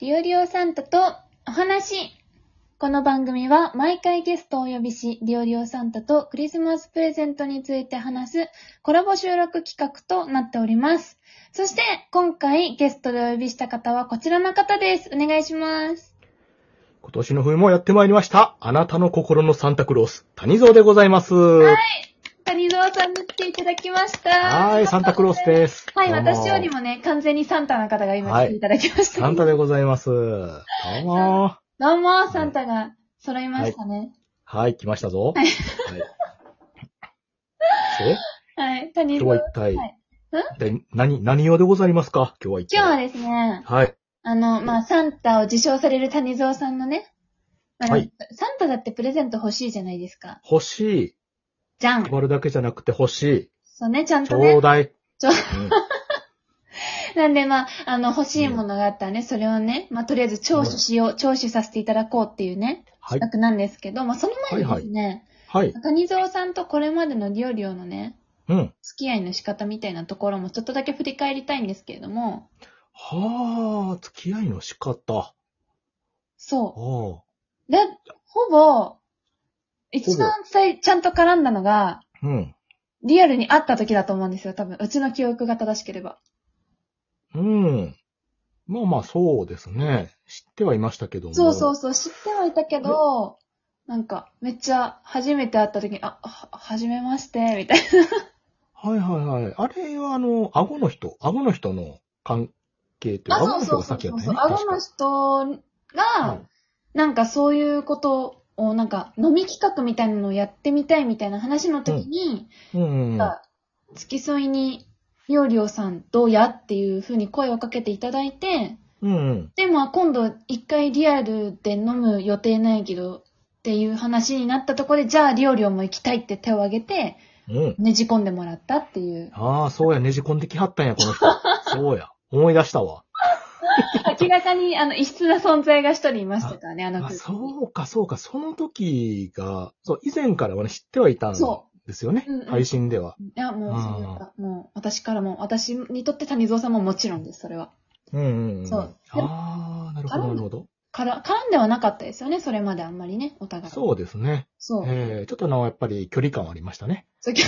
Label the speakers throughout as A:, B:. A: リオリオサンタとお話この番組は毎回ゲストをお呼びし、リオリオサンタとクリスマスプレゼントについて話すコラボ収録企画となっております。そして今回ゲストでお呼びした方はこちらの方です。お願いします。
B: 今年の冬もやってまいりました。あなたの心のサンタクロース、谷蔵でございます。はい。
A: 谷沢さんに来ていただきました。
B: サンタクロースです。
A: はい、
B: どうも
A: 私より。もね、完全にサンタな方が今来ていただきました、
B: サンタでございます。どうも。
A: どうも、サンタが揃いましたね。
B: はい、来ましたぞ。は い。
A: はい、谷
B: で、今日は
A: 沢
B: 一体、
A: はい
B: で何、何用でございますか今日は一体。
A: 今日はですね、
B: はい。
A: あの、まあ、サンタを自称される谷蔵さんのね、まあ
B: はい
A: サンタだってプレゼント欲しいじゃないですか。
B: 欲し
A: じゃ
B: い。
A: ん。
B: 配るだけじゃなくて欲しい。
A: そうね、ちゃん
B: ち
A: と
B: ょ
A: ね
B: う。だい。
A: ちょ
B: うん
A: なんで、まあ、あの、欲しいものがあったらね、それをね、まあ、とりあえず聴取しよう、聴取させていただこうっていうね、
B: はい
A: 企。画なんですけど、まあ、その前にですね、
B: はい。
A: 谷蔵さんとこれまでの料理オのね、
B: うん。
A: 付き合いの仕方みたいなところもちょっとだけ振り返りたいんですけれども、
B: はあ、付き合いの仕方。あ
A: そ
B: あ。
A: う。で、ほぼ、一番最ちゃんと絡んだのが、
B: うん。
A: リアルに会った時だと思うんですよ、多分。うちの記憶が正しければ。
B: うん。まあまあ、そうですね。知ってはいましたけども。
A: そうそうそう、知ってはいたけど、なんか、めっちゃ、初めて会った時に、あ、は、はじめまして、みたいな。
B: はいはいはい。あれは、あの、顎の人、顎の人の関係って、顎の人がさっきやったよね。
A: 顎の人が、なんかそういうことを、なんか、飲み企画みたいなのをやってみたいみたいな話の時に、
B: 人。うん。
A: なんか付き添いに、料理をさんどうやっていう風に声をかけていただいて、
B: うん。
A: で、まあ今度一回リアルで飲む予定ないけど、っていう話になったところで、じゃあ料理をもう行きたいって手を挙げて、
B: うん。
A: ねじ込んでもらったっていう。
B: ああ、そうや、ねじ込んできはったんや、こ の人。そうや。思い出したわ。
A: 明らかに、あの、異質な存在が一人いましたからね、あの
B: あ
A: 空間に
B: そうか、そうか。その時が、そう、以前からはね、知ってはいたん
A: そ
B: ですよね
A: うんうん。
B: 配信では。
A: いや、もう、そういうか、もう、私からも、私にとって谷蔵さんももちろんです、それは。
B: うんうんうん。
A: そう
B: ああ、なるほど、なるほど。
A: から、絡んではなかったですよね、それまであんまりね、お互い。
B: そうですね。
A: そう。
B: えー、ちょっとあの、やっぱり距離感はありましたね。
A: そう距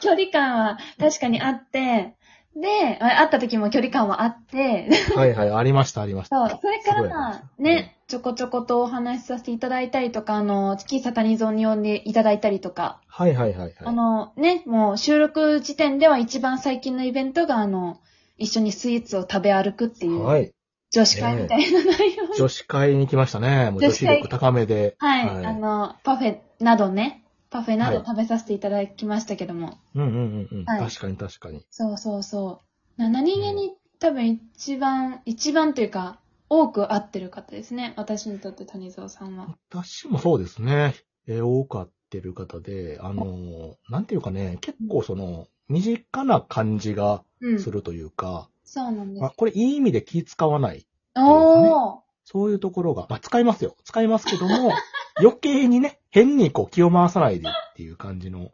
A: 距離感は確かにあって、で、あ会った時も距離感はあって、
B: うんはいはい、ありました、ありました。
A: そう、それからまあ
B: すごい
A: ね、ちょこちょことお話しさせていただいたりとか、あの、月サタニゾンに呼んでいただいたりとか、
B: はいはいはい
A: あ
B: はい。
A: のね、もう収録時点では一番最近のイベントが、あの、一緒にスイーツを食べ歩くっていう、
B: はい。
A: 女子会みたいな内 容。
B: 女子会に来ましたね。もう
A: 女
B: 女
A: 子
B: 子
A: 会
B: 力高めで。
A: はい、
B: はい
A: あの、パフェなどね、パフェなど
B: はい
A: 食べさせていただきましたけども、
B: うんうんうんうん。
A: はい
B: 確かに確かに。
A: そうそうそう。な何気に多分一番、一番というか、多く合ってる方ですね、私にとって谷蔵さんは。
B: 私もそうですね。えー多く会ってる方で、あのーなんていうかね、結構その、身近な感じが
A: うん。
B: するというか、
A: そうなんです
B: まあ、。これいい意味で気使わない。
A: おー
B: そういうところが、まあ、使いますよ。使いますけ ども、余計にね、変にこう気を回さないでっていう感じの、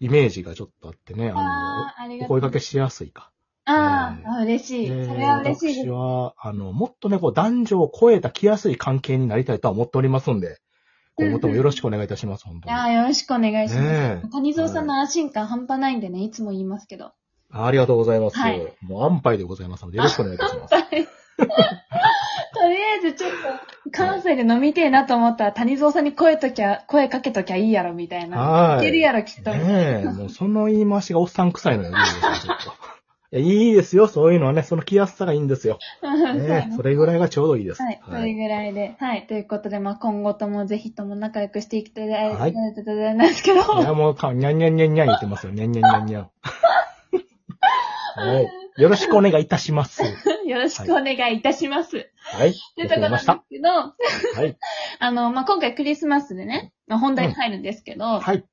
B: イメージがちょっとあってね、あ
A: あーあり
B: の、
A: がとう
B: お声掛けしやすいか。
A: あ
B: え
A: ーあ、嬉しい。
B: で
A: それは嬉しいで
B: 私
A: す。
B: は、あの、もっとね、こう、男女を超えた来やすい関係になりたいとは思っておりますんで、今後ともよろしくお願いいたします、本当に。
A: あ
B: あ
A: あ、よろしくお願いしま
B: ね
A: す。
B: え
A: 谷蔵さんの安心感半端ないんでね、いつも言いますけど。
B: ありがとうございます。
A: はい
B: もう安牌でございますので、よろしくお願いいたします。
A: はいとりあえずちょっと、関西で飲みてえなと思ったら、谷蔵さんに声ときゃ、声かけときゃいいやろ、みたいな。
B: はいい。
A: けるやろ、きっと。
B: ねえ、もうその言い回しがおっさん臭 いのよ、ね、ちょっといやいいですよ、そういうのはね、その着やすさがいい んですよ。ねえ、それぐらいがちょうどいいです。
A: はい、そ
B: は
A: れ
B: い。
A: ぐらいで。はい、ということで、まあ今後ともぜひとも仲良くしていきたいと
B: はい
A: 思うんですけど、
B: いや、もうか、にゃんにゃんにゃんにゃん言ってますよ。にゃんにゃんにゃんにゃ ん。はい。よろしくお願いいたしま す。
A: よろしくお願いいたします。
B: はい。
A: とい
B: や
A: う
B: っ
A: ところ
B: てみ
A: なん
B: ま
A: で
B: し
A: す
B: た。
A: けど、
B: はい。
A: あの、まあ、今回クリスマスでね、まあ、本題に入るんですけど、
B: はい。
A: ク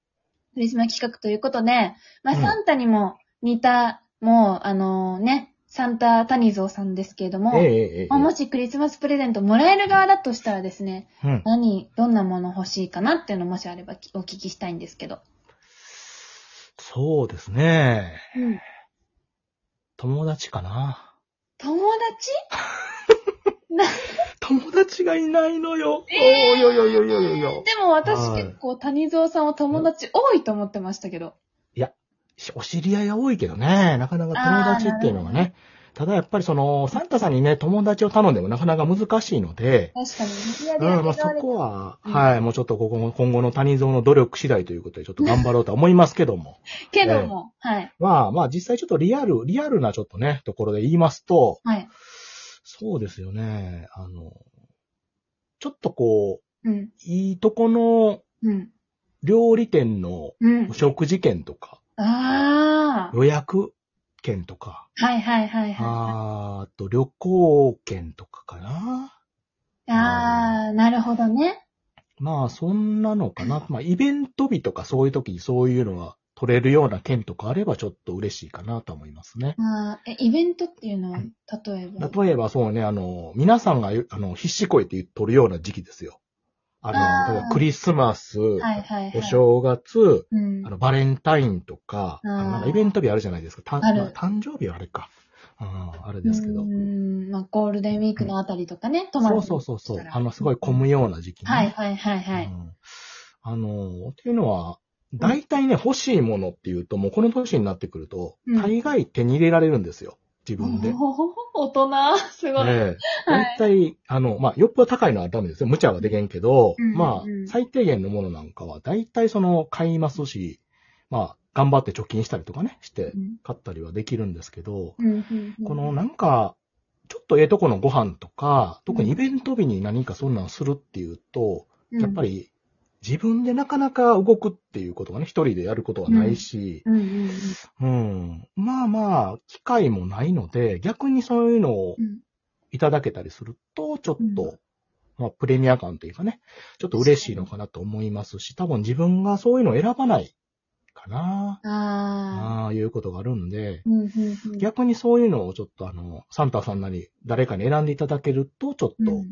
A: リスマス企画ということで、まあ、
B: うん
A: サンタにも似た、もう、あのね、サンタ谷蔵さんですけれども、
B: ええええええ
A: まあもしクリスマスプレゼントもらえる側だとしたらですね、
B: うん。
A: 何、どんなもの欲しいかなっていうのもしあればきお聞きしたいんですけど。
B: そうですね。
A: うん。
B: 友達かな。
A: 友達
B: 友達がいないのよ。おーよよよよよよ。
A: でも私
B: はい
A: 結構谷蔵さんは友達多いと思ってましたけど。
B: お知り合いが多いけどね、なかなか友達っていうのが
A: あーな
B: ね。ただやっぱりその、サンタさんにね、友達を頼んでもなかなか難しいので、
A: 確かに。水や
B: うん、
A: りやり
B: まあ
A: が
B: そ
A: あれば
B: こは、
A: うん
B: はい、もうちょっとここの今後の谷蔵の努力次第ということでちょっと頑張ろうとは思いますけども。
A: けども、はい。
B: まあまあ実際ちょっとリアル、リアルなちょっとね、ところで言いますと、
A: はい。
B: そうですよね、あの、ちょっとこ
A: うん。
B: う、いいとこの
A: うん。
B: 料理店の
A: うん
B: お。食事券とか、
A: ああ。
B: 予約券とか、
A: はいはいはいは
B: あーあと、旅行券とかかな。
A: い。ああ、なるほどね。
B: まあ、そんなのかな。まあ、イベント日とかそういう時にそういうのは取れるような券とかあればちょっと嬉しいかなと思いますね。
A: あーえ、イベントっていうのは、
B: う
A: 例えば。
B: 例えば、そうね、あの、皆さんが、あの、必死こいて取るような時期ですよ。あ
A: あー
B: の、例えばクリスマス、
A: はいはいはい。
B: お正月、
A: うん
B: あ。の、バレンタインとか、
A: あ
B: あ
A: ー
B: のなんかイベント日あるじゃないですか。た
A: ある
B: まあ誕生日はあれか。あーあれですけど
A: う。ん。まあ、ゴールデンウィークのあたりとかね、泊まる
B: そ
A: と
B: う
A: した
B: そ
A: ら。
B: うそうそう。あの、すごい混むような時期、ね。
A: はいはいはいは
B: う
A: い。
B: んあの、っていうのは、大体ね、欲しいものっていうと、もうこの年になってくると
A: うん、
B: 大概手に入れられるんですよ。自分で。
A: ほほほ大人、すごい。
B: ええ大体、あの、まあ、よっぽど高いのはダメですよ。無茶はできんけど
A: うんうん、
B: まあ、最低限のものなんかは、大体その、買いますし、まあ、頑張って貯金したりとかね、して
A: う、ん
B: 買ったりはできるんですけど、
A: うんうんうん
B: このなんか、ちょっとええとこのご飯とか、特にイベント日に何かそんなんするっていうと、やっぱ、り自分でなかなか動くっていうことがね、一人でやることはないし、
A: うんうんうん
B: うん、まあまあ、機会もないので、逆にそういうのを
A: うん
B: いただけたりすると、ちょっと、
A: う
B: まあ、プレミア感というかね、ちょっと嬉しいのかなと思いますし、多分自分がそういうのを選ばないかな、
A: ああ。
B: ああいうことがあるんで、
A: うんうんうん
B: 逆にそういうのをちょっとあの、サンタさんなり誰かに選んでいただけると、ちょっ
A: う
B: と
A: ん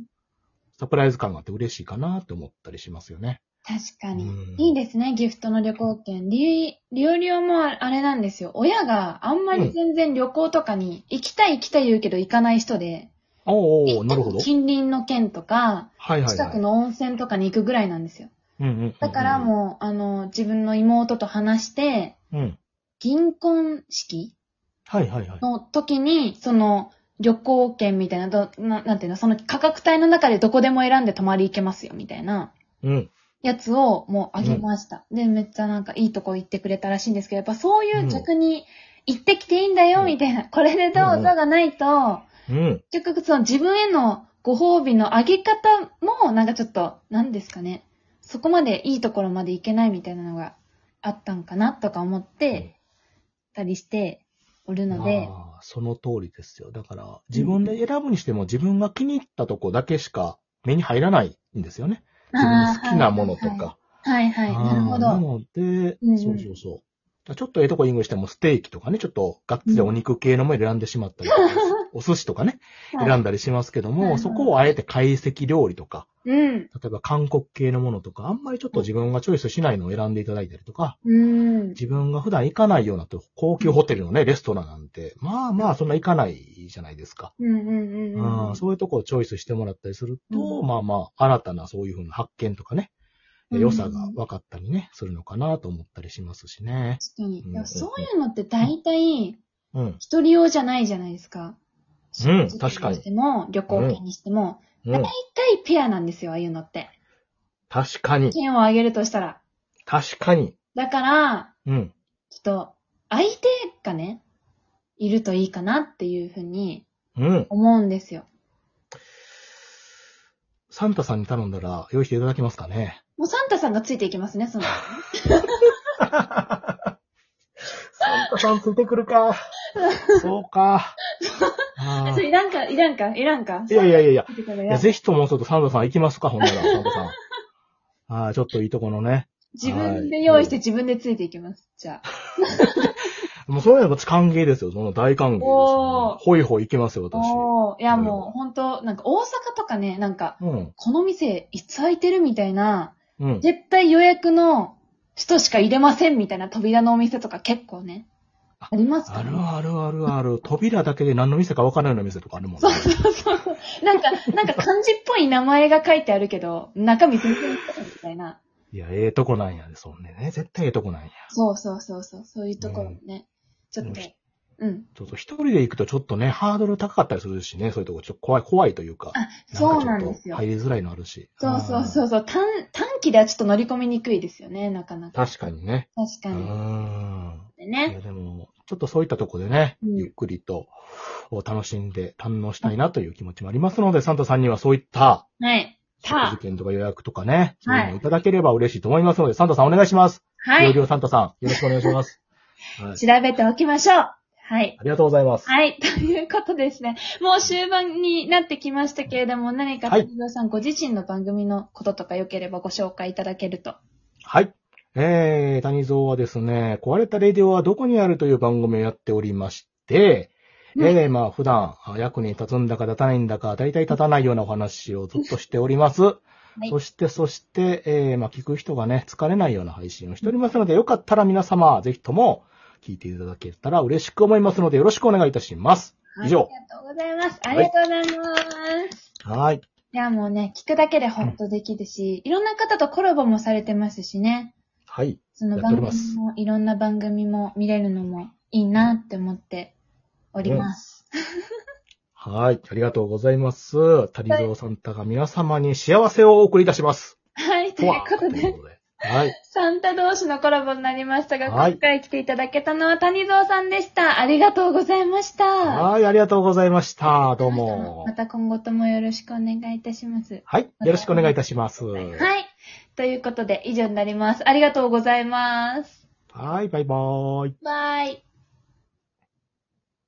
B: サプライズ感があって嬉しいかなって思ったりしますよね。
A: 確かに
B: うん。
A: いいですね、ギフトの旅行券。リリオリオもあれなんですよ。親があんまり全然旅行とかに行きたい行きたい言うけど行かない人で、
B: おーお
A: 行っ
B: ーな
A: て
B: るほど
A: も。近隣の県とか、
B: はいはい、
A: 近
B: は
A: く
B: い。
A: の温泉とかに行くぐらいなんですよ。
B: うんうんうんうん
A: だからもう、あの、自分の妹と話して、
B: うん。
A: 銀婚式
B: はいはいはい。
A: の時に、その、旅行券みたいな、どななんていうの、その価格帯の中でどこでも選んで泊まり行けますよ、みたいな
B: うん。
A: やつをもうあげました。で、めっちゃなんかいいとこ行ってくれたらしいんですけど、やっぱそういう
B: うん
A: 逆に、行ってきていいんだよ、
B: うん
A: みたいな、これでどうぞがないと、
B: うん。
A: 結局その自分へのご褒美のあげ方も、なんかちょっと、なんですかね。そこまでいいところまでいけないみたいなのがあったんかなとか思ってたりしておるので。
B: ああ、その通りですよ。だから、自分で選ぶにしても自分が気に入ったとこだけしか目に入らないんですよね。自分の好きなものとか。
A: はいはいはい。はいはい、なるほ
B: あーな
A: ど。
B: ので、
A: うんうん
B: そうそうそう。だからちょっとええとこイングしてもステーキとかね、ちょっとガッツリお肉系のも選んでしまった りとか、お寿司とかね、
A: は
B: 選んだりしますけど
A: はいは
B: も、
A: い
B: そこをあえて懐石料理とか、
A: いうん。
B: 例えば韓国系のものとか、あんまりちょっと自分がチョイスしないのを選んでいただいたりとか、
A: うん。
B: 自分が普段行かないようなと、高級ホテルのね、レストランなんて、まあまあ、そんな行かないじゃないですか。
A: うんうんうんうん。
B: うん、そういうとこをチョイスしてもらったりすると、
A: うん
B: まあまあ、新たなそういうふうな発見とかね、
A: うん
B: 良さが分かったりね、するのかなと思ったりしますしね。
A: 確かに。
B: うん
A: でもそういうのって大体、
B: うん。
A: 一人用じゃないじゃないですか。
B: うん確かに
A: にしても、旅行券にしても、
B: うん。
A: 大体ペアなんですよ、ああいうのって。
B: 確かに。
A: 券をあげるとしたら。
B: 確かに。
A: だから、
B: うん。
A: ちょっと、相手がね、いるといいかなっていうふうに
B: うん。
A: 思うんですよ。
B: サンタさんに頼んだら、用意していただけますかね。
A: もうサンタさんがついていきますね、 その。
B: サンタさんついてくるか。 そう か。あ
A: そ
B: ー
A: れいらんか、いらんか、いらんか。
B: いやいやいやいや。
A: ついてくる
B: い
A: や
B: や、
A: つ
B: ぜひともちょっとサンタさん行きますか、ほんなら、サンタさん。ああ、ちょっといいとこのね。
A: 自分で用意して自分でついていきます。じゃあ。
B: もうそういうのは歓迎ですよ、その大歓迎ですよ、
A: おー
B: ね。ほいほい行きますよ、私。
A: おーいや
B: うん
A: もう本当なんか大阪とかね、なんか、
B: うん。
A: この店いつ空いてるみたいな、
B: うん。
A: 絶対予約の人しか入れませんみたいな扉のお店とか結構ね、ありますか
B: あるあるあるある。扉だけで何の店か分からないような店とかあるもん
A: そ
B: ね。
A: うそうそう。なんか、なんか漢字っぽい名前が書いてあるけど、中身全然違うみたいな。
B: いや、ええとこなんやで、そんねね。絶対ええとこなんや。
A: そうそうそうそう、そういうところね。ちょっと、うん。
B: ちょっと一人で行くとちょっとね、ハードル高かったりするしね、そういうとこちょっと怖い、怖いというか。
A: あ、そうなん
B: ちょ
A: で
B: っ
A: す
B: と
A: よ
B: 入。りづらいのあるし。。
A: そうそうそううそう。短、短期ではちょっと乗り込みにくいですよね、なかなか。
B: 確かにね。
A: 確かに。
B: うん。い
A: ね。
B: や、でも、ちょっとそういったとこでね、
A: うん
B: ゆっくりと、を楽しんで堪能したいなという気持ちもありますので、サンタさんにはそういった、
A: はい。
B: 食
A: さ
B: 事
A: あ、
B: 券とか予約とかね、そう
A: はい
B: いうのいただければ嬉しいと思いますので、サンタさんお願いします。
A: は
B: 料
A: い。
B: 理
A: 調
B: をサンタさん、よろしくお願い します。はい。
A: べておきましょう。はい。
B: ありがとうございます。
A: はい。 ということですね。もう終盤になってきましたけれども、何か、
B: はい
A: 谷川さんご自身の番組のこととか良ければご紹介いただけると。
B: はい。えー、谷蔵はですね、壊れたレディオはどこにあるという番組をやっておりまして、え
A: ね
B: ー、まあ普段、あ役に立つんだか立たないんだか、大体立たないようなお話をずっとしております。
A: い
B: そして、そして、えー、まあ聞く人がね、疲れないような配信をしておりますので、よかったら皆様、ぜひとも聞いていただけたら嬉しく思いますので、よろしくお願いいたします。以上
A: ありがとうございます。あ
B: はい
A: りがとうございます。い、
B: はい。
A: や、もうね、聞くだけでほっとできるし、いろんな方とコラボもされてますしね。
B: はい。
A: その
B: やって
A: 番
B: おり
A: 組
B: ます
A: も、いろんな番組も見れるのもいいなって思っております。
B: はい。ありがとうございます。谷蔵サンタが皆様に幸せをお送りいたします。
A: はい。ということ
B: という
A: で、
B: ことで。 はい。
A: サンタ同士のコラボになりましたが、
B: はい
A: 今回来ていただけたのは谷蔵さんでした。ありがとうございました。
B: はい、ありがとうございました。どうも
A: ま。た今後ともよろしくお願いいたします。
B: はい、よろしくお願いいたします。
A: はい。ということで、以上になります。ありがとうございます。
B: はい、バイバーイ。
A: バイ。